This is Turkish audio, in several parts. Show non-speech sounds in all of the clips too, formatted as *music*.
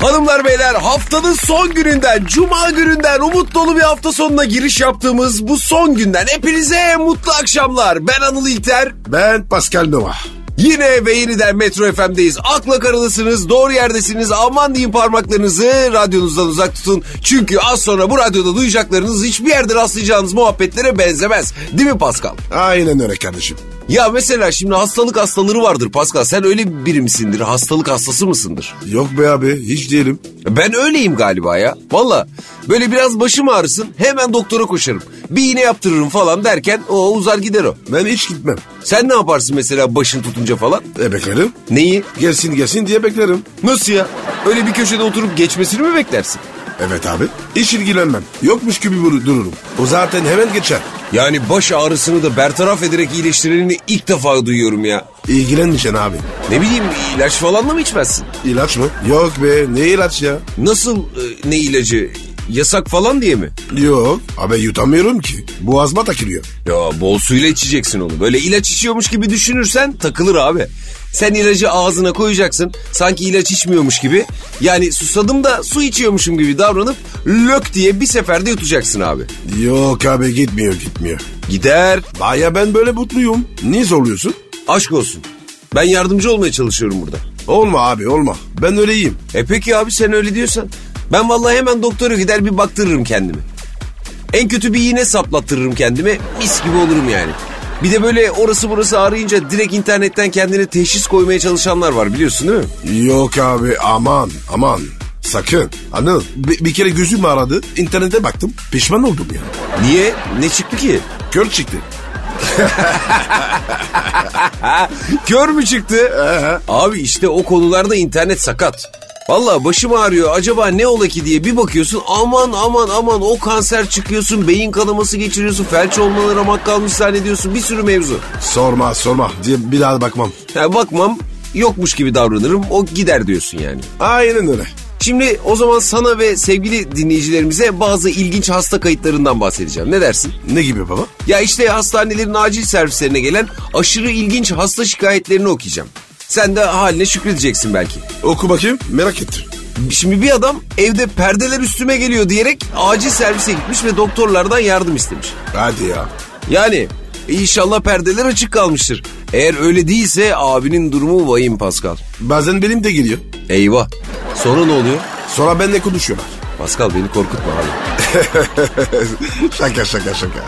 Hanımlar beyler haftanın son gününden, cuma gününden umut dolu bir hafta sonuna giriş yaptığımız bu son günden hepinize mutlu akşamlar. Ben Anıl İlter. Ben Pascal Nova. Yine ve yeniden Metro FM'deyiz. Akla karalısınız, doğru yerdesiniz. Aman diyeyim parmaklarınızı radyonuzdan uzak tutun. Çünkü az sonra bu radyoda duyacaklarınız hiçbir yerde rastlayacağınız muhabbetlere benzemez. Değil mi Pascal? Aynen öyle kardeşim. Ya mesela şimdi hastalık hastaları vardır Pascal. Sen öyle biri misindir? Hastalık hastası mısındır? Yok be abi hiç diyelim. Ben öyleyim galiba ya. Valla böyle biraz başım ağrısın hemen doktora koşarım. Bir iğne yaptırırım falan derken o uzar gider o. Ben hiç gitmem. Sen ne yaparsın mesela başın tutunca falan? E beklerim. Neyi? Gelsin gelsin diye beklerim. Nasıl ya? Öyle bir köşede oturup geçmesini mi beklersin? Evet abi. Hiç ilgilenmem. Yokmuş gibi bur- dururum. O zaten hemen geçer. Yani baş ağrısını da bertaraf ederek iyileştirileni ilk defa duyuyorum ya. İlgilenmeyeceksin abi. Ne bileyim ilaç falan da mı içmezsin? İlaç mı? Yok be ne ilaç ya? Nasıl e, ne ilacı? Yasak falan diye mi? Yok. Abi yutamıyorum ki. Boğazıma takılıyor. Ya bol suyla içeceksin onu. Böyle ilaç içiyormuş gibi düşünürsen takılır abi. Sen ilacı ağzına koyacaksın. Sanki ilaç içmiyormuş gibi. Yani susadım da su içiyormuşum gibi davranıp lök diye bir seferde yutacaksın abi. Yok abi gitmiyor gitmiyor. Gider. Baya ben böyle mutluyum. Niye zorluyorsun? Aşk olsun. Ben yardımcı olmaya çalışıyorum burada. Olma abi olma. Ben öyleyim. E peki abi sen öyle diyorsan. Ben vallahi hemen doktora gider bir baktırırım kendimi. En kötü bir iğne saplattırırım kendime. Mis gibi olurum yani. Bir de böyle orası burası ağrıyınca direkt internetten kendine teşhis koymaya çalışanlar var biliyorsun değil mi? Yok abi aman aman. Sakın. Anıl bir, bir kere gözüm aradı. internete baktım. Pişman oldum ya. Niye? Ne çıktı ki? Kör çıktı. Ha, kör mü çıktı? Abi işte o konularda internet sakat. Valla başım ağrıyor acaba ne ola ki diye bir bakıyorsun aman aman aman o kanser çıkıyorsun beyin kanaması geçiriyorsun felç olmaları ramak kalmış zannediyorsun bir sürü mevzu. Sorma sorma diye bir daha bakmam. Ha, bakmam yokmuş gibi davranırım o gider diyorsun yani. Aynen öyle. Şimdi o zaman sana ve sevgili dinleyicilerimize bazı ilginç hasta kayıtlarından bahsedeceğim ne dersin? Ne gibi baba? Ya işte hastanelerin acil servislerine gelen aşırı ilginç hasta şikayetlerini okuyacağım. Sen de haline şükredeceksin belki. Oku bakayım merak ettim. Şimdi bir adam evde perdeler üstüme geliyor diyerek acil servise gitmiş ve doktorlardan yardım istemiş. Hadi ya. Yani inşallah perdeler açık kalmıştır. Eğer öyle değilse abinin durumu vahim Pascal. Bazen benim de geliyor. Eyvah. Sonra ne oluyor? Sonra benle konuşuyorlar. Pascal beni korkutma abi. şaka şaka şaka.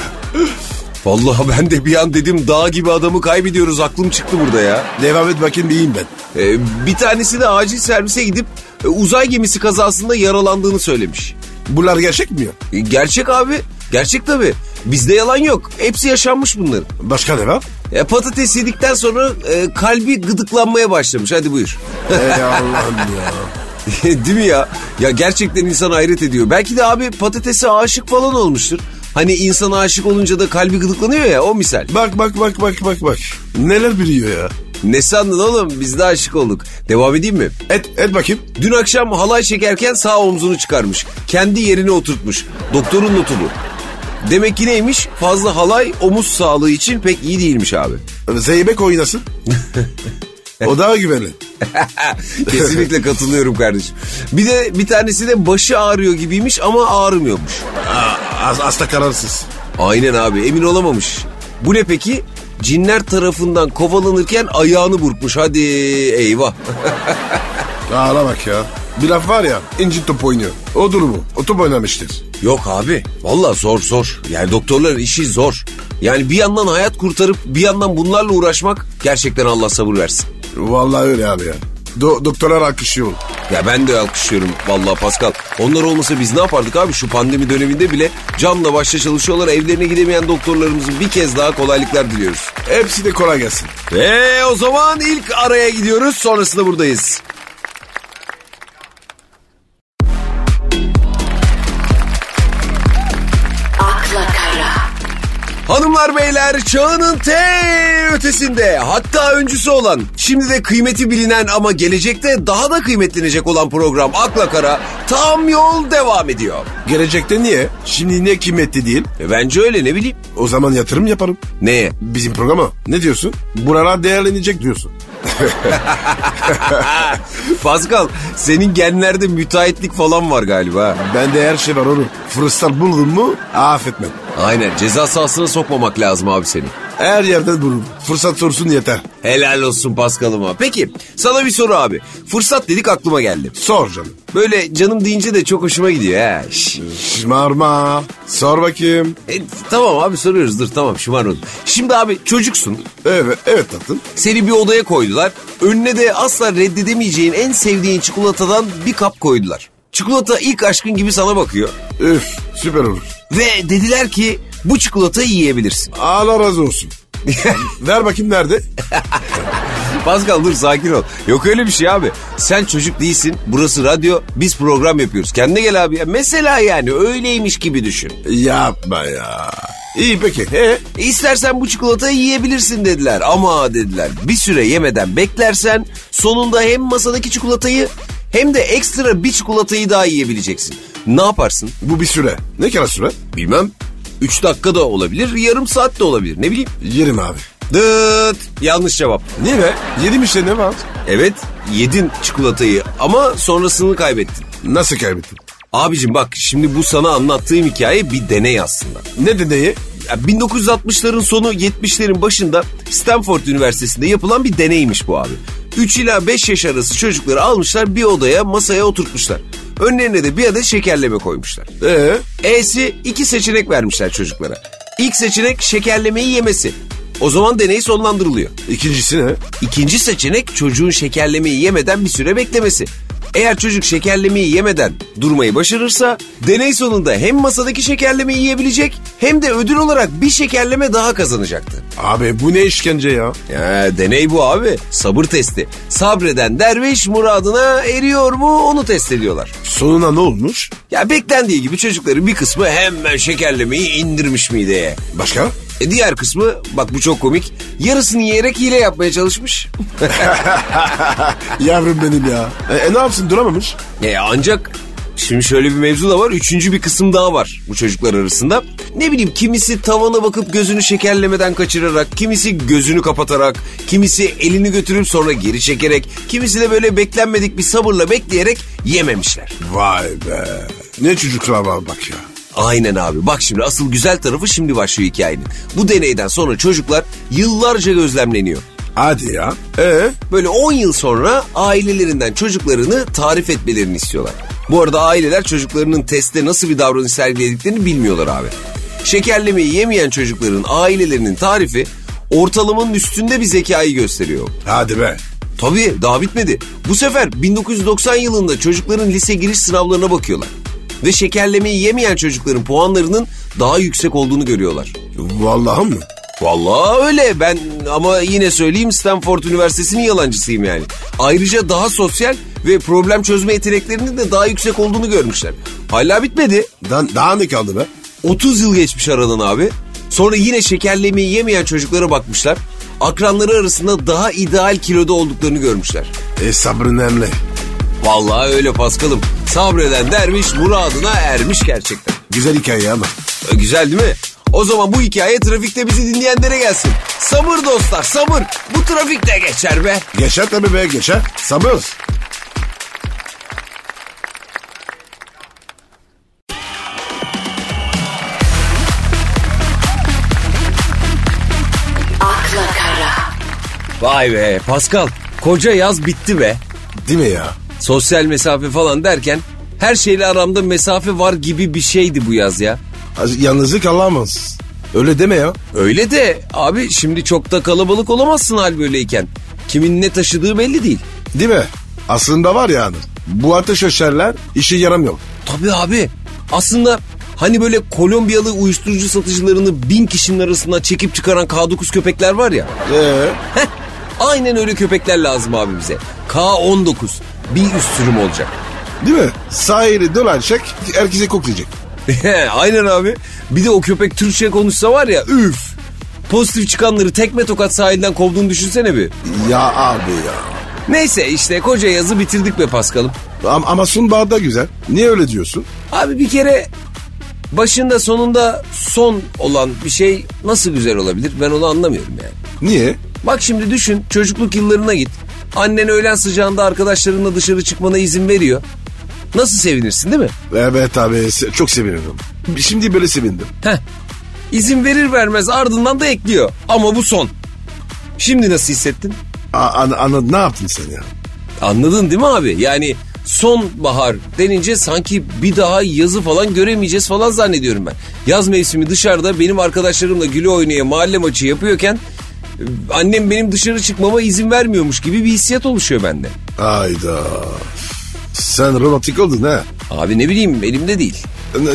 Vallahi ben de bir an dedim dağ gibi adamı kaybediyoruz aklım çıktı burada ya. Devam et bakayım iyiyim ben. Ee, bir tanesi de acil servise gidip e, uzay gemisi kazasında yaralandığını söylemiş. Bunlar gerçek mi ya? E, Gerçek abi. Gerçek tabii. Bizde yalan yok. Hepsi yaşanmış bunların. Başka ne var? E, patates yedikten sonra e, kalbi gıdıklanmaya başlamış. Hadi buyur. *laughs* *laughs* Ey Allah'ım ya. Değil mi ya? Ya gerçekten insan hayret ediyor. Belki de abi patatese aşık falan olmuştur. Hani insana aşık olunca da kalbi gıdıklanıyor ya o misal. Bak bak bak bak bak bak. Neler biliyor ya. Ne sandın oğlum biz de aşık olduk. Devam edeyim mi? Et et bakayım. Dün akşam halay çekerken sağ omzunu çıkarmış. Kendi yerine oturtmuş. Doktorun notu bu. Demek ki neymiş? Fazla halay omuz sağlığı için pek iyi değilmiş abi. Zeybek oynasın. o daha güvenli. Kesinlikle katılıyorum kardeşim. Bir de bir tanesi de başı ağrıyor gibiymiş ama ağrımıyormuş. Aa, az, asla kararsız. Aynen abi emin olamamış. Bu ne peki? Cinler tarafından kovalanırken ayağını burkmuş. Hadi eyvah. Ağla bak ya. Bir laf var ya inci top oynuyor. O durumu. O top oynamıştır. Yok abi valla zor zor. Yani doktorların işi zor. Yani bir yandan hayat kurtarıp bir yandan bunlarla uğraşmak gerçekten Allah sabır versin. Vallahi öyle abi ya. Do doktorlar alkışlıyor. Ya ben de alkışlıyorum valla Pascal. Onlar olmasa biz ne yapardık abi şu pandemi döneminde bile canla başla çalışıyorlar. Evlerine gidemeyen doktorlarımızın bir kez daha kolaylıklar diliyoruz. Hepsi de kolay gelsin. Ve o zaman ilk araya gidiyoruz sonrasında buradayız. akla kara, Hanımlar beyler çağının T ötesinde hatta öncüsü olan şimdi de kıymeti bilinen ama gelecekte daha da kıymetlenecek olan program Akla Kara tam yol devam ediyor. Gelecekte niye? Şimdi ne kıymetli değil? E bence öyle ne bileyim. O zaman yatırım yaparım. *laughs* Neye? Bizim programa. Ne diyorsun? Buralar değerlenecek diyorsun. Ah, Pascal senin genlerde müteahhitlik falan var galiba. Bende her şey var oğlum. Fırsat buldun mu affetmem. Aynen ceza sahasına sokmamak lazım abi seni. Her yerden bulurum. Fırsat sorsun yeter. Helal olsun Pascal'ıma. Peki sana bir soru abi. Fırsat dedik aklıma geldi. Sor canım. Böyle canım deyince de çok hoşuma gidiyor he. Şş. Şımarma. Sor bakayım. E, tamam abi soruyoruz dur tamam şımarmadım. Şimdi abi çocuksun. Evet, evet tatlım. Seni bir odaya koydular. Önüne de asla reddedemeyeceğin en sevdiğin çikolatadan bir kap koydular. Çikolata ilk aşkın gibi sana bakıyor. Üf süper olur. Ve dediler ki bu çikolatayı yiyebilirsin. Allah razı olsun. *laughs* Ver bakayım nerede? Pascal dur sakin ol. Yok öyle bir şey abi. Sen çocuk değilsin. Burası radyo. Biz program yapıyoruz. Kendine gel abi. ya. Mesela yani öyleymiş gibi düşün. Yapma ya. İyi peki. He? İstersen bu çikolatayı yiyebilirsin dediler. Ama dediler bir süre yemeden beklersen sonunda hem masadaki çikolatayı hem de ekstra bir çikolatayı daha yiyebileceksin. Ne yaparsın? Bu bir süre. Ne kadar süre? Bilmem. 3 dakika da olabilir, yarım saat de olabilir. Ne bileyim. Yerim abi. Dıt. Yanlış cevap. Niye be? Yedim işte ne var? Evet, yedin çikolatayı ama sonrasını kaybettin. Nasıl kaybettim? Abicim bak şimdi bu sana anlattığım hikaye bir deney aslında. Ne deneyi? Ya 1960'ların sonu 70'lerin başında Stanford Üniversitesi'nde yapılan bir deneymiş bu abi. 3 ila 5 yaş arası çocukları almışlar bir odaya masaya oturtmuşlar. Önlerine de bir adet şekerleme koymuşlar. Ee? E'si iki seçenek vermişler çocuklara. İlk seçenek şekerlemeyi yemesi. O zaman deney sonlandırılıyor. İkincisi ne? İkinci seçenek çocuğun şekerlemeyi yemeden bir süre beklemesi. Eğer çocuk şekerlemeyi yemeden durmayı başarırsa deney sonunda hem masadaki şekerlemeyi yiyebilecek hem de ödül olarak bir şekerleme daha kazanacaktı. Abi bu ne işkence ya? Ya, deney bu abi sabır testi. Sabreden derviş muradına eriyor mu onu test ediyorlar. Sonuna ne olmuş? Ya beklendiği gibi çocukların bir kısmı hemen şekerlemeyi indirmiş mideye. Başka? *laughs* E diğer kısmı bak bu çok komik yarısını yiyerek hile yapmaya çalışmış. Yavrum benim ya. E, e, ne yapsın duramamış? E ancak şimdi şöyle bir mevzu da var. Üçüncü bir kısım daha var bu çocuklar arasında. Ne bileyim kimisi tavana bakıp gözünü şekerlemeden kaçırarak, kimisi gözünü kapatarak, kimisi elini götürüp sonra geri çekerek, kimisi de böyle beklenmedik bir sabırla bekleyerek yememişler. Vay be. Ne çocuklar var bak ya. Aynen abi. Bak şimdi asıl güzel tarafı şimdi başlıyor hikayenin. Bu deneyden sonra çocuklar yıllarca gözlemleniyor. Hadi ya. Ee? Böyle 10 yıl sonra ailelerinden çocuklarını tarif etmelerini istiyorlar. Bu arada aileler çocuklarının testte nasıl bir davranış sergilediklerini bilmiyorlar abi. Şekerlemeyi yemeyen çocukların ailelerinin tarifi ortalamanın üstünde bir zekayı gösteriyor. Hadi be. Tabii daha bitmedi. Bu sefer 1990 yılında çocukların lise giriş sınavlarına bakıyorlar. Ve şekerlemeyi yemeyen çocukların puanlarının daha yüksek olduğunu görüyorlar. Vallahi mı? Vallahi öyle ben ama yine söyleyeyim Stanford Üniversitesi'nin yalancısıyım yani. Ayrıca daha sosyal ve problem çözme yeteneklerinin de daha yüksek olduğunu görmüşler. Hala bitmedi. Daha, daha ne kaldı be? 30 yıl geçmiş aradan abi. Sonra yine şekerlemeyi yemeyen çocuklara bakmışlar. Akranları arasında daha ideal kiloda olduklarını görmüşler. E sabrın emri. Vallahi öyle Paskal'ım. Sabreden derviş muradına ermiş gerçekten. Güzel hikaye ama. E, Güzel değil mi? O zaman bu hikaye trafikte bizi dinleyenlere gelsin. Sabır dostlar sabır. Bu trafikte geçer be. Geçer tabii be geçer. Sabır. akla kara, Vay be Pascal. Koca yaz bitti be. Değil mi ya? Sosyal mesafe falan derken her şeyle aramda mesafe var gibi bir şeydi bu yaz ya. Az- Yalnızlık alamaz. Öyle deme ya. Öyle de abi şimdi çok da kalabalık olamazsın hal böyleyken. Kimin ne taşıdığı belli değil. Değil mi? Aslında var yani. Bu ateş öşerler işe yaramıyor. Tabii abi. Aslında hani böyle Kolombiyalı uyuşturucu satıcılarını bin kişinin arasından çekip çıkaran K9 köpekler var ya. Ee, Heh, aynen öyle köpekler lazım abi bize. K19 bir üst sürüm olacak. değil mi? Sahili dolanacak, herkese koklayacak. *laughs* aynen abi. Bir de o köpek Türkçe konuşsa var ya üf. Pozitif çıkanları tekme tokat sahilden kovduğunu düşünsene bir. Ya abi ya. Neyse işte koca yazı bitirdik be Paskal'ım. Am ama sunbağı da güzel. Niye öyle diyorsun? Abi bir kere başında sonunda son olan bir şey nasıl güzel olabilir ben onu anlamıyorum yani. Niye? Bak şimdi düşün çocukluk yıllarına git. Annen öğlen sıcağında arkadaşlarınla dışarı çıkmana izin veriyor. Nasıl sevinirsin değil mi? Evet abi se- çok sevindim. Şimdi böyle sevindim. Heh. İzin verir vermez ardından da ekliyor. Ama bu son. Şimdi nasıl hissettin? A- an- anladın, ne yaptın sen ya? Anladın değil mi abi? Yani sonbahar denince sanki bir daha yazı falan göremeyeceğiz falan zannediyorum ben. Yaz mevsimi dışarıda benim arkadaşlarımla gülü oynaya mahalle maçı yapıyorken e, annem benim dışarı çıkmama izin vermiyormuş gibi bir hissiyat oluşuyor bende. Hayda. Sen romantik oldun ha. Abi ne bileyim elimde değil.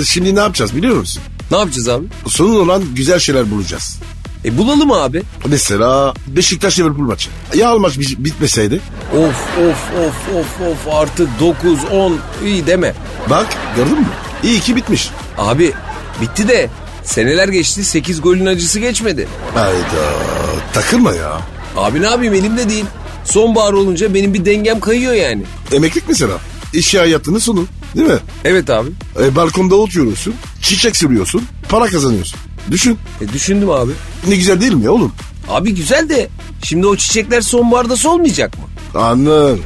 Şimdi ne yapacağız biliyor musun? Ne yapacağız abi? Sonun olan güzel şeyler bulacağız. E bulalım abi. Mesela Beşiktaş Liverpool maçı. Ya o maç bi- bitmeseydi? Of of of of of artık 9 10 iyi deme. Bak gördün mü? İyi ki bitmiş. Abi bitti de seneler geçti 8 golün acısı geçmedi. Hayda. Takılma ya. Abi ne yapayım elimde değil. Sonbahar olunca benim bir dengem kayıyor yani. Emeklilik mesela. İş hayatının sonu. Değil mi? Evet abi. E, balkonda oturuyorsun. Çiçek sürüyorsun. Para kazanıyorsun. Düşün. E, düşündüm abi. Ne güzel değil mi ya oğlum? Abi güzel de şimdi o çiçekler sonbaharda solmayacak mı? Anladım.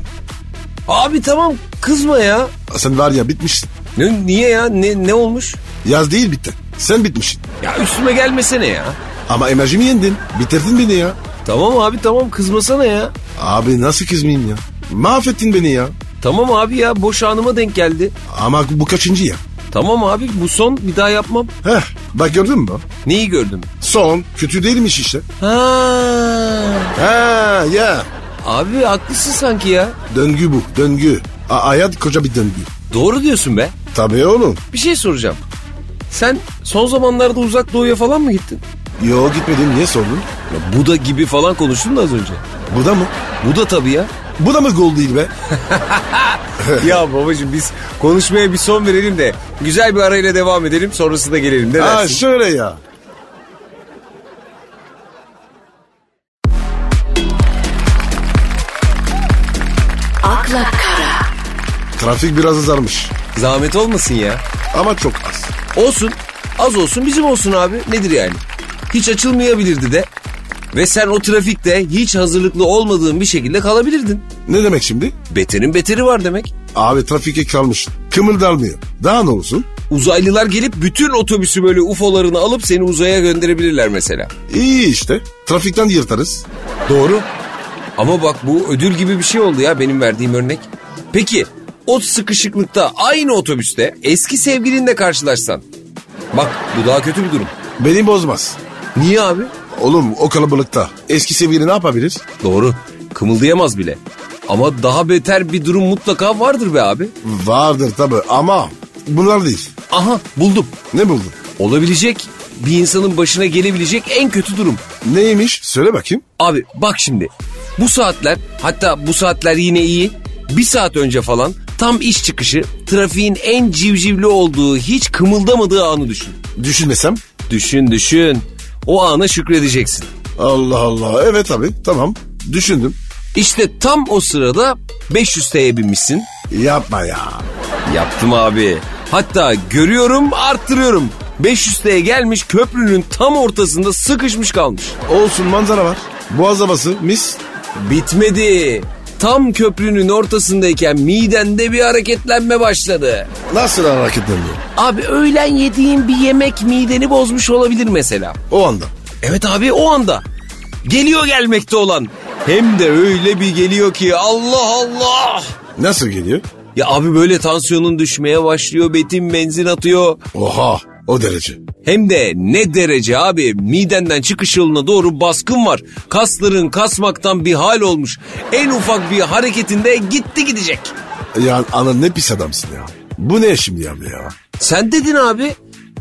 Abi tamam kızma ya. Sen var ya bitmişsin. Ne, niye ya? Ne, ne olmuş? Yaz değil bitti. Sen bitmişsin. Ya üstüme gelmesene ya. Ama enerjimi yendin. Bitirdin beni ya. Tamam abi tamam kızmasana ya. Abi nasıl kızmayayım ya? Mahvettin beni ya. Tamam abi ya boş anıma denk geldi. Ama bu kaçıncı ya? Tamam abi bu son bir daha yapmam. Heh bak gördün mü? Neyi gördüm? Son kötü değilmiş işte. Ha. Ha ya. Abi haklısın sanki ya. Döngü bu döngü. A- hayat koca bir döngü. Doğru diyorsun be. Tabii oğlum. Bir şey soracağım. Sen son zamanlarda uzak doğuya falan mı gittin? Yo gitmedim niye sordun? Ya Buda gibi falan konuştun da az önce. Bu da mı? Buda tabii ya. Bu da mı gol değil be? *laughs* ya babacığım biz konuşmaya bir son verelim de güzel bir arayla devam edelim sonrasında gelelim. Ne ha dersin? şöyle ya. akla kara, Trafik biraz azalmış. Zahmet olmasın ya. Ama çok az. Olsun az olsun bizim olsun abi nedir yani? Hiç açılmayabilirdi de ve sen o trafikte hiç hazırlıklı olmadığın bir şekilde kalabilirdin. Ne demek şimdi? Beterin beteri var demek. Abi trafik kalmış. Kımıldanmıyor. Daha ne olsun? Uzaylılar gelip bütün otobüsü böyle ufolarını alıp seni uzaya gönderebilirler mesela. İyi işte. Trafikten yırtarız. Doğru. Ama bak bu ödül gibi bir şey oldu ya benim verdiğim örnek. Peki o sıkışıklıkta aynı otobüste eski sevgilinle karşılaşsan. Bak bu daha kötü bir durum. Beni bozmaz. Niye abi? Oğlum o kalabalıkta eski sevgili ne yapabilir? Doğru. Kımıldayamaz bile. Ama daha beter bir durum mutlaka vardır be abi. Vardır tabi ama bunlar değil. Aha buldum. Ne buldun? Olabilecek bir insanın başına gelebilecek en kötü durum. Neymiş? Söyle bakayım. Abi bak şimdi bu saatler hatta bu saatler yine iyi bir saat önce falan tam iş çıkışı trafiğin en civcivli olduğu hiç kımıldamadığı anı düşün. Düşünmesem. Düşün düşün o ana şükredeceksin. Allah Allah. Evet abi tamam. Düşündüm. İşte tam o sırada 500 T'ye binmişsin. Yapma ya. Yaptım abi. Hatta görüyorum arttırıyorum. 500 T'ye gelmiş köprünün tam ortasında sıkışmış kalmış. Olsun manzara var. Boğaz havası mis. Bitmedi. Tam köprünün ortasındayken midende bir hareketlenme başladı. Nasıl hareketleniyor? Abi öğlen yediğin bir yemek mideni bozmuş olabilir mesela. O anda. Evet abi o anda. Geliyor gelmekte olan. Hem de öyle bir geliyor ki Allah Allah. Nasıl geliyor? Ya abi böyle tansiyonun düşmeye başlıyor. Betin benzin atıyor. Oha o derece. Hem de ne derece abi midenden çıkış yoluna doğru baskın var. Kasların kasmaktan bir hal olmuş. En ufak bir hareketinde gitti gidecek. Ya ana ne pis adamsın ya. Bu ne şimdi abi ya? Sen dedin abi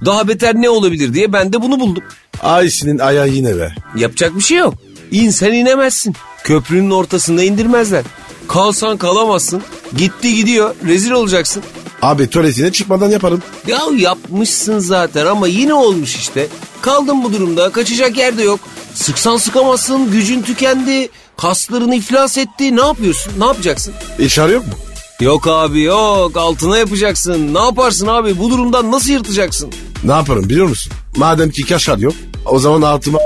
daha beter ne olabilir diye ben de bunu buldum. Ay senin ayağı yine be. Yapacak bir şey yok. İnsan inemezsin. Köprünün ortasında indirmezler. Kalsan kalamazsın. Gitti gidiyor. Rezil olacaksın. Abi tuvaletine çıkmadan yaparım. Ya yapmışsın zaten ama yine olmuş işte. Kaldın bu durumda. Kaçacak yer de yok. Sıksan sıkamazsın. Gücün tükendi. Kasların iflas etti. Ne yapıyorsun? Ne yapacaksın? İşare E, yok mu? Yok abi yok. Altına yapacaksın. Ne yaparsın abi? Bu durumdan nasıl yırtacaksın? Ne yaparım biliyor musun? Madem ki kaşar yok o zaman altıma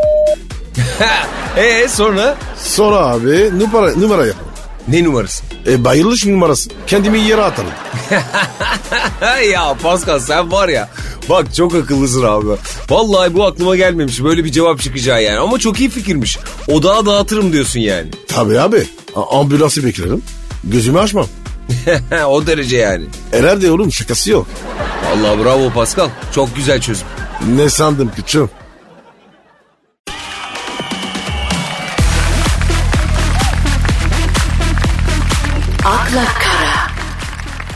Eee e, sonra? Sonra abi numara, numara yapalım. Ne numarası? E, bayılış numarası. Kendimi yere atarım. ya Pascal sen var ya. Bak çok akıllısın abi. Vallahi bu aklıma gelmemiş böyle bir cevap çıkacağı yani. Ama çok iyi fikirmiş. Odağa dağıtırım diyorsun yani. *laughs* Tabii abi. A- ambulansı beklerim. Gözümü açmam. o derece yani. Herhalde oğlum şakası yok. Vallahi bravo Pascal. Çok güzel çözüm. Ne sandım küçüm? Akla Kara.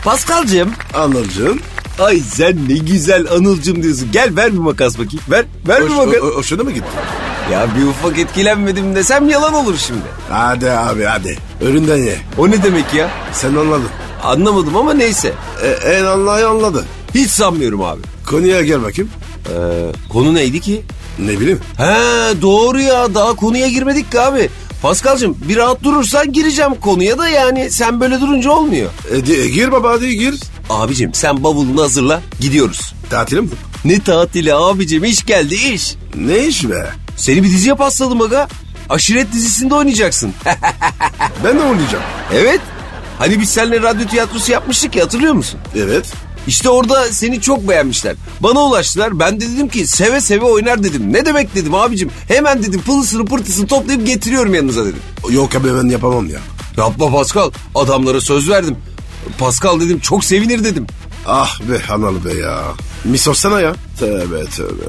Pascal'cığım. Anılcığım. Ay sen ne güzel Anıl'cım diyorsun. Gel ver bir makas bakayım. Ver, ver bir Hoş, makas. o, o- hoşuna mı gitti? Ya bir ufak etkilenmedim desem yalan olur şimdi. Hadi abi hadi. Önünden ye. O ne demek ya? Sen anladın. Anlamadım ama neyse. E, en anlayan anladı. Hiç sanmıyorum abi. Konuya gel bakayım. Ee, konu neydi ki? Ne bileyim. He doğru ya daha konuya girmedik ki abi. Paskal'cığım bir rahat durursan gireceğim konuya da yani sen böyle durunca olmuyor. E, di- gir baba hadi gir. Abicim sen bavulunu hazırla gidiyoruz. Tatilim mi? Ne tatili abicim iş geldi iş. Ne iş be? Seni bir diziye pasladım aga. Aşiret dizisinde oynayacaksın. *laughs* Ben de oynayacağım. evet. Hani biz seninle radyo tiyatrosu yapmıştık ya hatırlıyor musun? Evet. İşte orada seni çok beğenmişler. Bana ulaştılar. Ben de dedim ki seve seve oynar dedim. Ne demek dedim abicim. Hemen dedim pılısını pırtısını toplayıp getiriyorum yanınıza dedim. Yok abi ben yapamam ya. Yapma Pascal. Adamlara söz verdim. Pascal dedim çok sevinir dedim. Ah be Hanal be ya. Mi sorsana ya. Tövbe tövbe.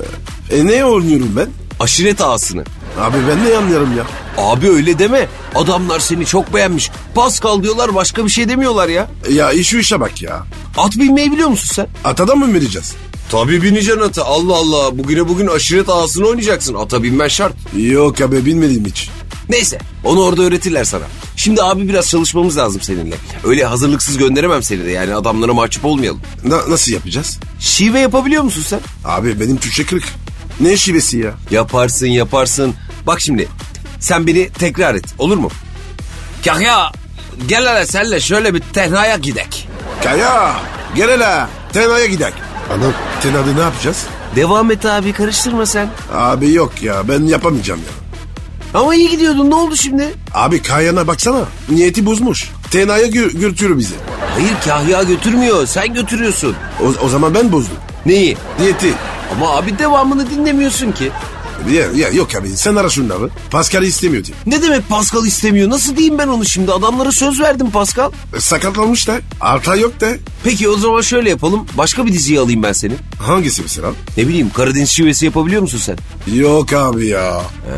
E ne oynuyorum ben? Aşiret ağasını. Abi ben ne anlarım ya? Abi öyle deme. Adamlar seni çok beğenmiş. Pascal diyorlar başka bir şey demiyorlar ya. Ya iş şu işe bak ya. At binmeyi biliyor musun sen? Atadan mı vereceğiz? Tabii bineceksin ata. Allah Allah. Bugüne bugün aşiret ağasını oynayacaksın. Ata binmen şart. Yok abi bilmediğim hiç. Neyse onu orada öğretirler sana. Şimdi abi biraz çalışmamız lazım seninle. Öyle hazırlıksız gönderemem seni de yani adamlara mahcup olmayalım. Na- nasıl yapacağız? Şive yapabiliyor musun sen? Abi benim Türkçe kırık. Ne şivesi ya? Yaparsın yaparsın. Bak şimdi sen beni tekrar et olur mu? Kahya gel hele senle şöyle bir tenhaya gidek. Kaya gel hele Tena'ya gidelim. Anam Tena'da ne yapacağız? Devam et abi karıştırma sen. Abi yok ya ben yapamayacağım ya. Ama iyi gidiyordun ne oldu şimdi? Abi Kaya'na baksana niyeti bozmuş. Tena'ya gö- götürüyor bizi. Hayır Kahya götürmüyor sen götürüyorsun. O, o zaman ben bozdum. Neyi? Niyeti. Ama abi devamını dinlemiyorsun ki. Ya, ya, yok abi sen ara şunları. Pascal'i istemiyor diye. Ne demek Pascal istemiyor? Nasıl diyeyim ben onu şimdi? Adamlara söz verdim Pascal. E, Sakatlanmış da. Arta yok da. Peki o zaman şöyle yapalım. Başka bir diziye alayım ben seni. Hangisi mesela? Ne bileyim Karadeniz şivesi yapabiliyor musun sen? Yok abi ya. Ee,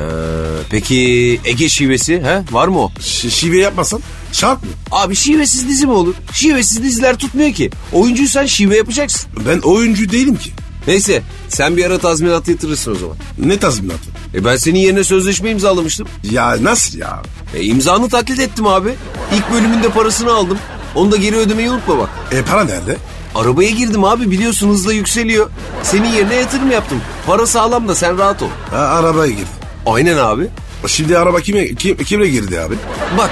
peki Ege şivesi he? Var mı o? Ş- şive yapmasan şart mı? Abi şivesiz dizi mi olur? Şivesiz diziler tutmuyor ki. Oyuncuysan şive yapacaksın. Ben oyuncu değilim ki. Neyse sen bir ara tazminat yatırırsın o zaman. Ne tazminatı? E ben senin yerine sözleşme imzalamıştım. Ya nasıl ya? E imzanı taklit ettim abi. İlk bölümünde parasını aldım. Onu da geri ödemeyi unutma bak. E para nerede? Arabaya girdim abi biliyorsun hızla yükseliyor. Senin yerine yatırım yaptım. Para sağlam da sen rahat ol. Ha, arabaya girdi. E, Aynen abi. Şimdi araba kime, kim, kimle girdi abi? Bak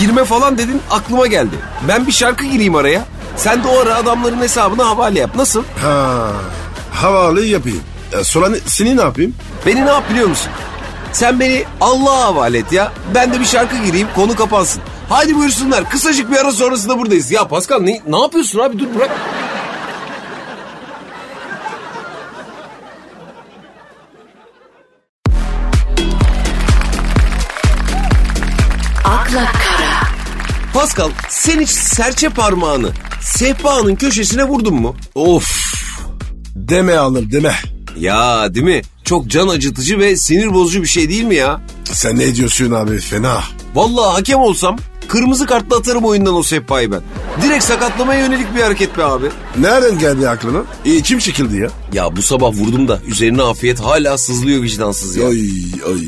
girme falan dedin aklıma geldi. Ben bir şarkı gireyim araya. Sen de o ara adamların hesabını havale yap. Nasıl? Ha, havalı yapayım. E, sonra ne, seni ne yapayım? Beni ne yap biliyor musun? Sen beni Allah'a havale et ya. Ben de bir şarkı gireyim konu kapansın. Hadi buyursunlar kısacık bir ara sonrasında buradayız. Ya Pascal ne, ne yapıyorsun abi dur bırak. Akla Kara. Pascal sen hiç serçe parmağını sehpanın köşesine vurdun mu? Of Deme alır deme. ya değil mi? Çok can acıtıcı ve sinir bozucu bir şey değil mi ya? Sen ne diyorsun abi fena. Vallahi hakem olsam kırmızı kartla atarım oyundan o sehpayı ben. Direkt sakatlamaya yönelik bir hareket be abi. Nereden geldi aklına? E, kim çekildi ya? Ya bu sabah vurdum da üzerine afiyet hala sızlıyor vicdansız ya. Ay ay.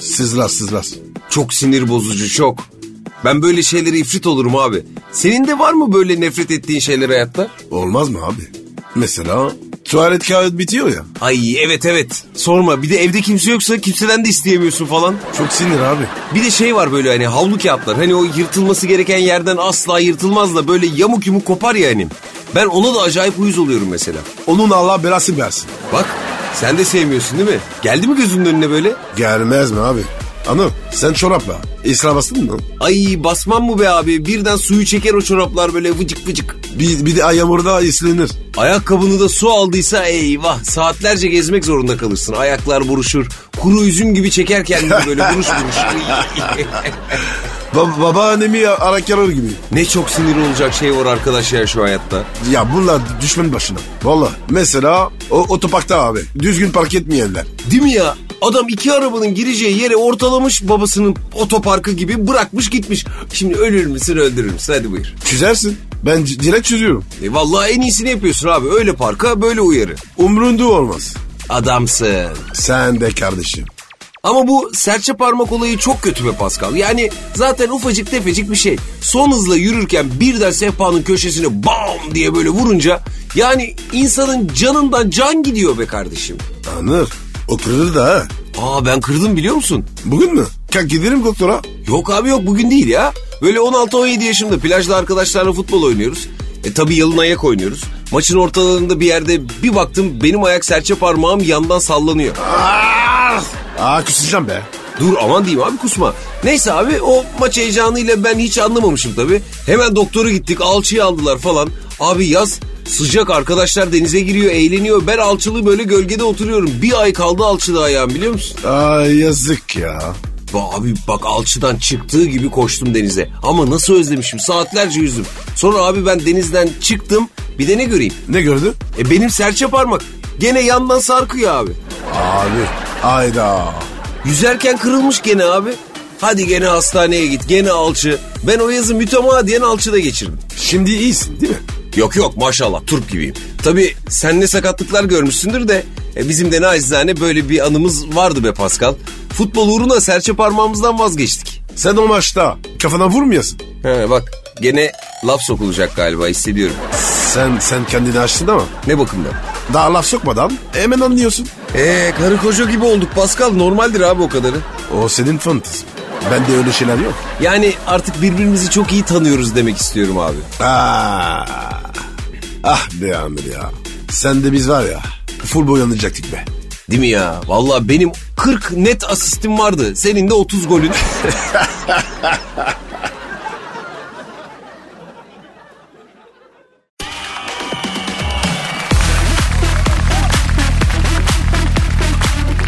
Sızlar sızlar. Çok sinir bozucu çok. Ben böyle şeylere ifrit olurum abi. Senin de var mı böyle nefret ettiğin şeyler hayatta? Olmaz mı abi? Mesela tuvalet kağıt bitiyor ya. Ay evet evet. Sorma bir de evde kimse yoksa kimseden de isteyemiyorsun falan. Çok sinir abi. Bir de şey var böyle hani havlu kağıtlar. Hani o yırtılması gereken yerden asla yırtılmaz da böyle yamuk yumuk kopar ya hani. Ben ona da acayip uyuz oluyorum mesela. Onun Allah belasını versin. Bak sen de sevmiyorsun değil mi? Geldi mi gözünün önüne böyle? Gelmez mi abi? Anıl sen çorapla. İsra bastın mı? Ay basmam mı be abi? Birden suyu çeker o çoraplar böyle vıcık vıcık. Bir, bir de ayamurda islenir. Ayakkabını da su aldıysa eyvah saatlerce gezmek zorunda kalırsın. Ayaklar buruşur. Kuru üzüm gibi çeker kendini böyle buruş buruş. Ba- babaannemi arakarır gibi. ne çok sinir olacak şey var arkadaş ya şu hayatta. Ya bunlar düşman başına. Valla mesela o otoparkta abi. Düzgün park etmeyenler. Değil mi ya? Adam iki arabanın gireceği yere ortalamış babasının otoparkı gibi bırakmış gitmiş. Şimdi ölür müsün öldürür müsün? Hadi buyur. Çözersin. Ben c- direkt çözüyorum. E vallahi en iyisini yapıyorsun abi. Öyle parka böyle uyarı. Umrunda olmaz. Adamsın. Sen de kardeşim. Ama bu serçe parmak olayı çok kötü be Pascal. Yani zaten ufacık tefecik bir şey. Son hızla yürürken birden sehpanın köşesine bam diye böyle vurunca yani insanın canından can gidiyor be kardeşim. Anır. O kırılır da ha. Aa ben kırdım biliyor musun? Bugün mü? Kalk gidelim doktora. Yok abi yok bugün değil ya. Böyle 16-17 yaşımda plajda arkadaşlarla futbol oynuyoruz. E tabi yalın ayak oynuyoruz. Maçın ortalarında bir yerde bir baktım benim ayak serçe parmağım yandan sallanıyor. Aa kusacağım be. Dur aman diyeyim abi kusma. Neyse abi o maç heyecanıyla ben hiç anlamamışım tabii. Hemen doktora gittik alçıyı aldılar falan. Abi yaz sıcak arkadaşlar denize giriyor eğleniyor. Ben alçılı böyle gölgede oturuyorum. Bir ay kaldı alçıda ayağım biliyor musun? Ay yazık ya. Ba- Abi bak alçıdan çıktığı gibi koştum denize. Ama nasıl özlemişim saatlerce yüzdüm. Sonra abi ben denizden çıktım bir de ne göreyim? Ne gördün? E benim serçe parmak gene yandan sarkıyor abi. Abi. Ayda. Yüzerken kırılmış gene abi. Hadi gene hastaneye git gene alçı. Ben o yazı mütemadiyen alçıda geçirdim. Şimdi iyisin değil mi? Yok yok maşallah turp gibiyim. Tabii sen ne sakatlıklar görmüşsündür de e, bizim de naçizane böyle bir anımız vardı be Pascal. Futbol uğruna serçe parmağımızdan vazgeçtik. Sen o maçta kafana vurmayasın. He bak gene laf sokulacak galiba hissediyorum. Sen sen kendini açtın ama Ne bakımdan? daha laf sokmadan hemen anlıyorsun. Eee Ee, karı koca gibi olduk Pascal normaldir abi o kadarı. O senin fantezin. Bende öyle şeyler yok. Yani artık birbirimizi çok iyi tanıyoruz demek istiyorum abi. Aa. Ah be Amir ya. Sen de biz var ya. Full boyanacaktık be. Değil mi ya? Valla benim 40 net asistim vardı. Senin de 30 golün.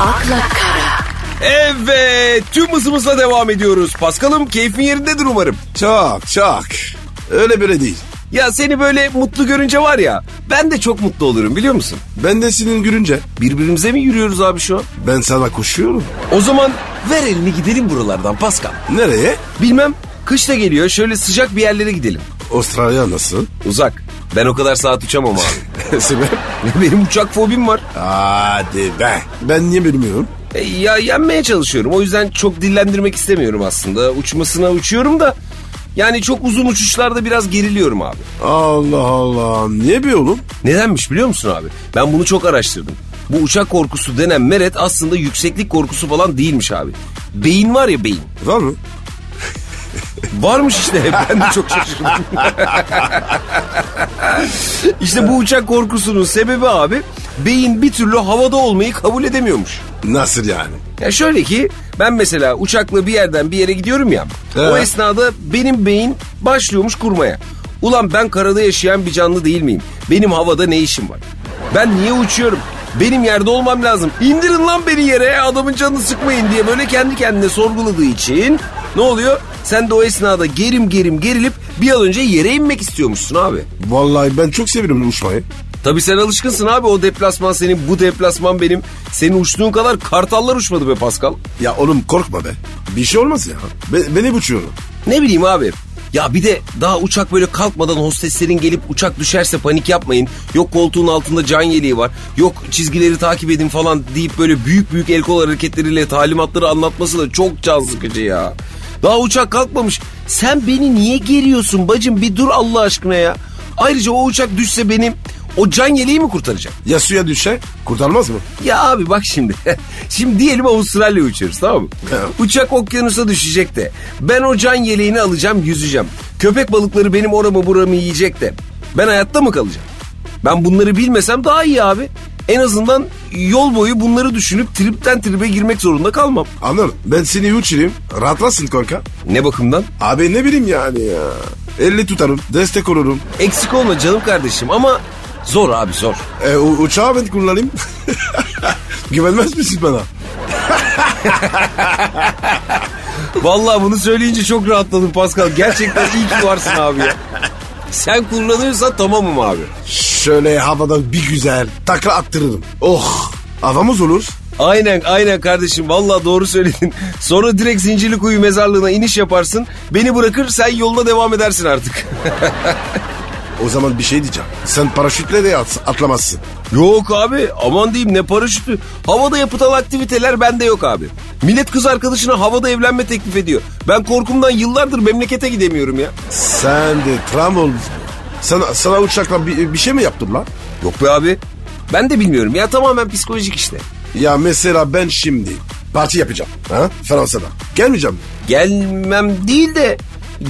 akla kara, evet tüm hızımızla devam ediyoruz. Paskal'ım keyfin yerindedir umarım. Çok çok. Öyle böyle değil. Ya seni böyle mutlu görünce var ya ben de çok mutlu olurum biliyor musun? Ben de senin görünce Birbirimize mi yürüyoruz abi şu an? ben sana koşuyorum. O zaman ver elini gidelim buralardan Paskal. Nereye? Bilmem kış da geliyor şöyle sıcak bir yerlere gidelim. Avustralya nasıl? Uzak. Ben o kadar saat uçamam abi. *laughs* Sebep? Benim uçak fobim var. Hadi be. Ben niye bilmiyorum? E, Ya yenmeye çalışıyorum. O yüzden çok dillendirmek istemiyorum aslında. Uçmasına uçuyorum da yani çok uzun uçuşlarda biraz geriliyorum abi. Allah Allah. Niye be oğlum? Nedenmiş biliyor musun abi? Ben bunu çok araştırdım. Bu uçak korkusu denen meret aslında yükseklik korkusu falan değilmiş abi. Beyin var ya beyin. Var mı? Varmış işte. *laughs* Ben de çok şaşırdım. *laughs* işte bu uçak korkusunun sebebi abi beyin bir türlü havada olmayı kabul edemiyormuş. Nasıl yani? Ya şöyle ki ben mesela uçakla bir yerden bir yere gidiyorum ya. Evet. O esnada benim beyin başlıyormuş kurmaya. Ulan ben karada yaşayan bir canlı değil miyim? Benim havada ne işim var? Ben niye uçuyorum? Benim yerde olmam lazım. İndirin lan beni yere adamın canını sıkmayın diye böyle kendi kendine sorguladığı için ne oluyor? Sen de o esnada gerim gerim gerilip bir an önce yere inmek istiyormuşsun abi. Vallahi ben çok seviyorum uçmayı. Tabii sen alışkınsın abi o deplasman senin bu deplasman benim. Senin uçtuğun kadar kartallar uçmadı be Pascal. Ya oğlum korkma be. Bir şey olmaz ya. Be, beni uçuyorum. Ne bileyim abi. Ya bir de daha uçak böyle kalkmadan hosteslerin gelip uçak düşerse panik yapmayın. Yok koltuğun altında can yeleği var. Yok çizgileri takip edin falan deyip böyle büyük büyük el kol hareketleriyle talimatları anlatması da çok can sıkıcı ya. Daha uçak kalkmamış. Sen beni niye geriyorsun bacım bir dur Allah aşkına ya. Ayrıca o uçak düşse benim o can yeleği mi kurtaracak? Ya suya düşse kurtarmaz mı? Ya abi bak şimdi. *laughs* şimdi diyelim Avustralya uçuyoruz tamam mı? Evet. Uçak okyanusa düşecek de. Ben o can yeleğini alacağım yüzeceğim. Köpek balıkları benim oramı buramı yiyecek de. Ben hayatta mı kalacağım? Ben bunları bilmesem daha iyi abi. En azından yol boyu bunları düşünüp tripten tribe girmek zorunda kalmam. Anıl ben seni uçurayım. Rahatlasın kanka. Ne bakımdan? Abi ne bileyim yani ya. Elle tutarım. Destek olurum. Eksik olma canım kardeşim ama zor abi zor. E, u- uçağı ben kullanayım. *laughs* Güvenmez misin bana? Vallahi bunu söyleyince çok rahatladım Pascal. Gerçekten iyi ki varsın abi ya. Sen kullanıyorsan tamamım abi. Şöyle havadan bir güzel takla attırırım. Oh havamız olur. Aynen aynen kardeşim vallahi doğru söyledin. *laughs* Sonra direkt Zincirlikuyu mezarlığına iniş yaparsın. Beni bırakır sen yoluna devam edersin artık. *laughs* O zaman bir şey diyeceğim. Sen paraşütle de at, atlamazsın. yok abi aman diyeyim ne paraşütü. Havada yapılan aktiviteler bende yok abi. Millet kız arkadaşına havada evlenme teklif ediyor. Ben korkumdan yıllardır memlekete gidemiyorum ya. Sen de tram oldun. Sana, sana uçakla bir, bir şey mi yaptım lan? Yok be abi. Ben de bilmiyorum ya tamamen psikolojik işte. Ya mesela ben şimdi parti yapacağım. Ha? Fransa'da. Gelmeyeceğim. Gelmem değil de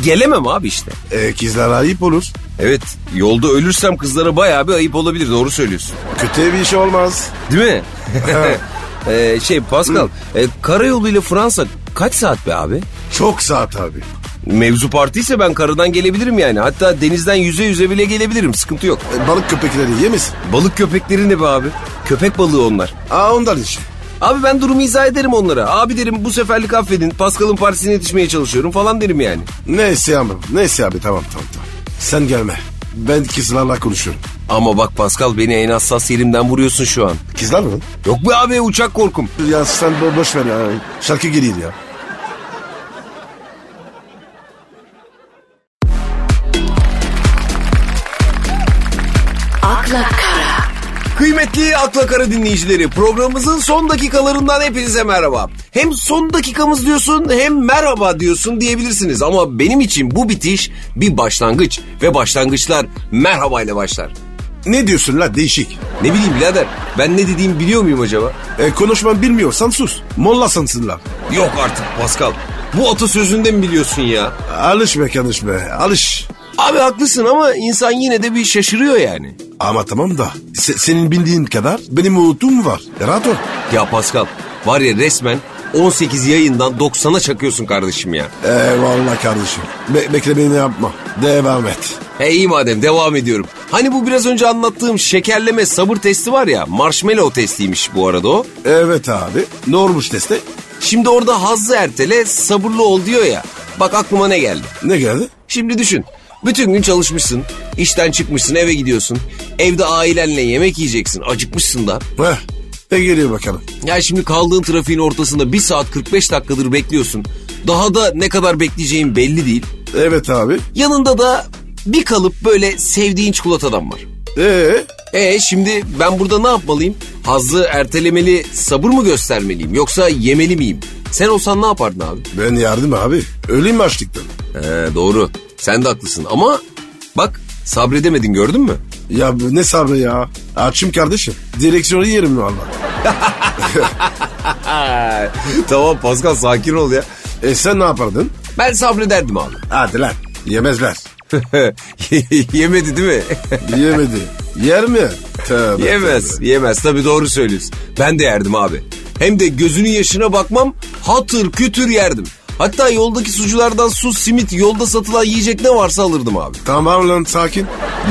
gelemem abi işte. E, kızlara ayıp olur. Evet yolda ölürsem kızlara bayağı bir ayıp olabilir doğru söylüyorsun. Kötü bir şey olmaz. Değil mi? *laughs* Ee, şey Pascal, e, karayoluyla Fransa kaç saat be abi? Çok saat abi. Mevzu partiyse ben karadan gelebilirim yani. Hatta denizden yüze yüze bile gelebilirim. Sıkıntı yok. E, balık köpekleri yemesin. Balık köpekleri ne be abi? Köpek balığı onlar. Aa ondan işte. Abi ben durumu izah ederim onlara. Abi derim bu seferlik affedin. Pascal'ın partisine yetişmeye çalışıyorum falan derim yani. Neyse ama. Neyse abi tamam tamam tamam. Sen gelme. Ben kızlarla konuşuyorum. Ama bak Pascal beni en hassas yerimden vuruyorsun şu an. Kızlar mı? Yok be abi uçak korkum. Ya sen bo- boş ver ya. Şarkı geliyor ya. akla kara, Kıymetli Akla Kara dinleyicileri programımızın son dakikalarından hepinize merhaba. Hem son dakikamız diyorsun hem merhaba diyorsun diyebilirsiniz. Ama benim için bu bitiş bir başlangıç ve başlangıçlar merhaba ile başlar. Ne diyorsun lan değişik. Ne bileyim birader ben ne dediğimi biliyor muyum acaba? E, konuşman bilmiyorsan sus. Molla sansın lan. Yok artık Pascal bu atasözünde mi biliyorsun ya? Alış be kanış be alış. Abi haklısın ama insan yine de bir şaşırıyor yani. Ama tamam da se- senin bildiğin kadar benim uğultum var. E, Rahat ol. Ya Pascal var ya resmen 18 yayından 90'a çakıyorsun kardeşim ya. Eyvallah kardeşim. Be- beklemeni yapma. Devam et. He iyi madem devam ediyorum. Hani bu biraz önce anlattığım şekerleme sabır testi var ya marshmallow testiymiş bu arada o. Evet abi. Ne olmuş teste? Şimdi orada hazzı ertele sabırlı ol diyor ya. Bak aklıma ne geldi. Ne geldi? Şimdi düşün. Bütün gün çalışmışsın. işten çıkmışsın eve gidiyorsun. Evde ailenle yemek yiyeceksin. Acıkmışsın da. Heh. Ne e, geliyor bakalım? Ya şimdi kaldığın trafiğin ortasında 1 saat 45 dakikadır bekliyorsun. Daha da ne kadar bekleyeceğin belli değil. Evet abi. Yanında da bir kalıp böyle sevdiğin çikolatadan var. Ee, E şimdi ben burada ne yapmalıyım? Hazzı ertelemeli sabır mı göstermeliyim yoksa yemeli miyim? Sen olsan ne yapardın abi? ben yardım abi. Öleyim mi açlıktan? He E, doğru. Sen de haklısın ama bak sabredemedin gördün mü? Ya bu ne sabrı ya? Açım kardeşim. Direksiyonu yerim valla. *laughs* tamam Pascal sakin ol ya. E sen ne yapardın? Ben sabrederdim abi. Hadi lan. Yemezler. *laughs* Yemedi değil *laughs* mi? Yemedi. Yer mi? Tövbe. yemez, yemez. Tabii doğru söylüyorsun. Ben de yerdim abi. Hem de gözünün yaşına bakmam hatır kütür yerdim. Hatta yoldaki suculardan su, simit, yolda satılan yiyecek ne varsa alırdım abi. Tamam lan sakin.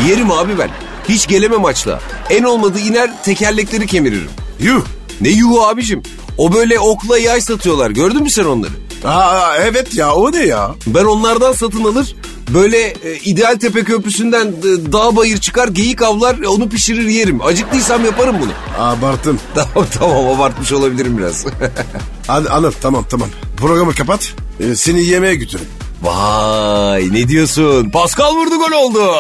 Yerim abi ben. Hiç gelemem açla. En olmadı iner tekerlekleri kemiririm. Yuh. Ne yuhu abicim. O böyle okla yay satıyorlar. Gördün mü sen onları? Aa, evet ya o ne ya? Ben onlardan satın alır. Böyle e, ideal tepe köprüsünden e, dağ bayır çıkar geyik avlar e, onu pişirir yerim. Acıktıysam yaparım bunu. *laughs* Abarttım. Tamam tamam abartmış olabilirim biraz. *laughs* Hadi anıl tamam tamam. Programı kapat. E, seni yemeğe götürün. Vay ne diyorsun? Pascal vurdu gol oldu.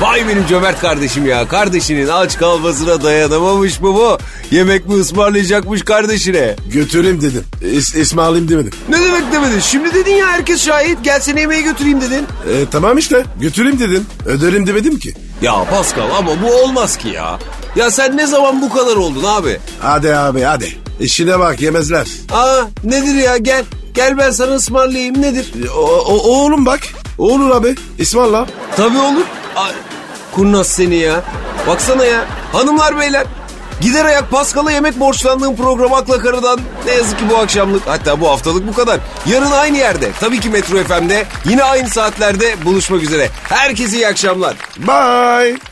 Vay benim cömert kardeşim ya. Kardeşinin aç kalmasına dayanamamış mı bu? Yemek mi ısmarlayacakmış kardeşine? Götüreyim dedim. İs, İsmail'im demedim. Ne demek demedin? Şimdi dedin ya herkes şahit. Gel seni yemeğe götüreyim dedin. E, tamam işte. Götüreyim dedim. Öderim demedim ki. Ya Pascal ama bu olmaz ki ya. Ya sen ne zaman bu kadar oldun abi? Hadi abi hadi. İşine bak yemezler. Aa nedir ya gel. Gel ben sana Ee, ısmarlayayım nedir? E, O, o- oğlum bak. Oğlum abi. İsmail'la. Tabii olur. A- Kurnaz seni ya. Baksana ya. Hanımlar beyler. Gider ayak Paskal'a yemek borçlandığım program Akla Karı'dan ne yazık ki bu akşamlık hatta bu haftalık bu kadar. Yarın aynı yerde tabii ki Metro FM'de yine aynı saatlerde buluşmak üzere. Herkese iyi akşamlar. Bye.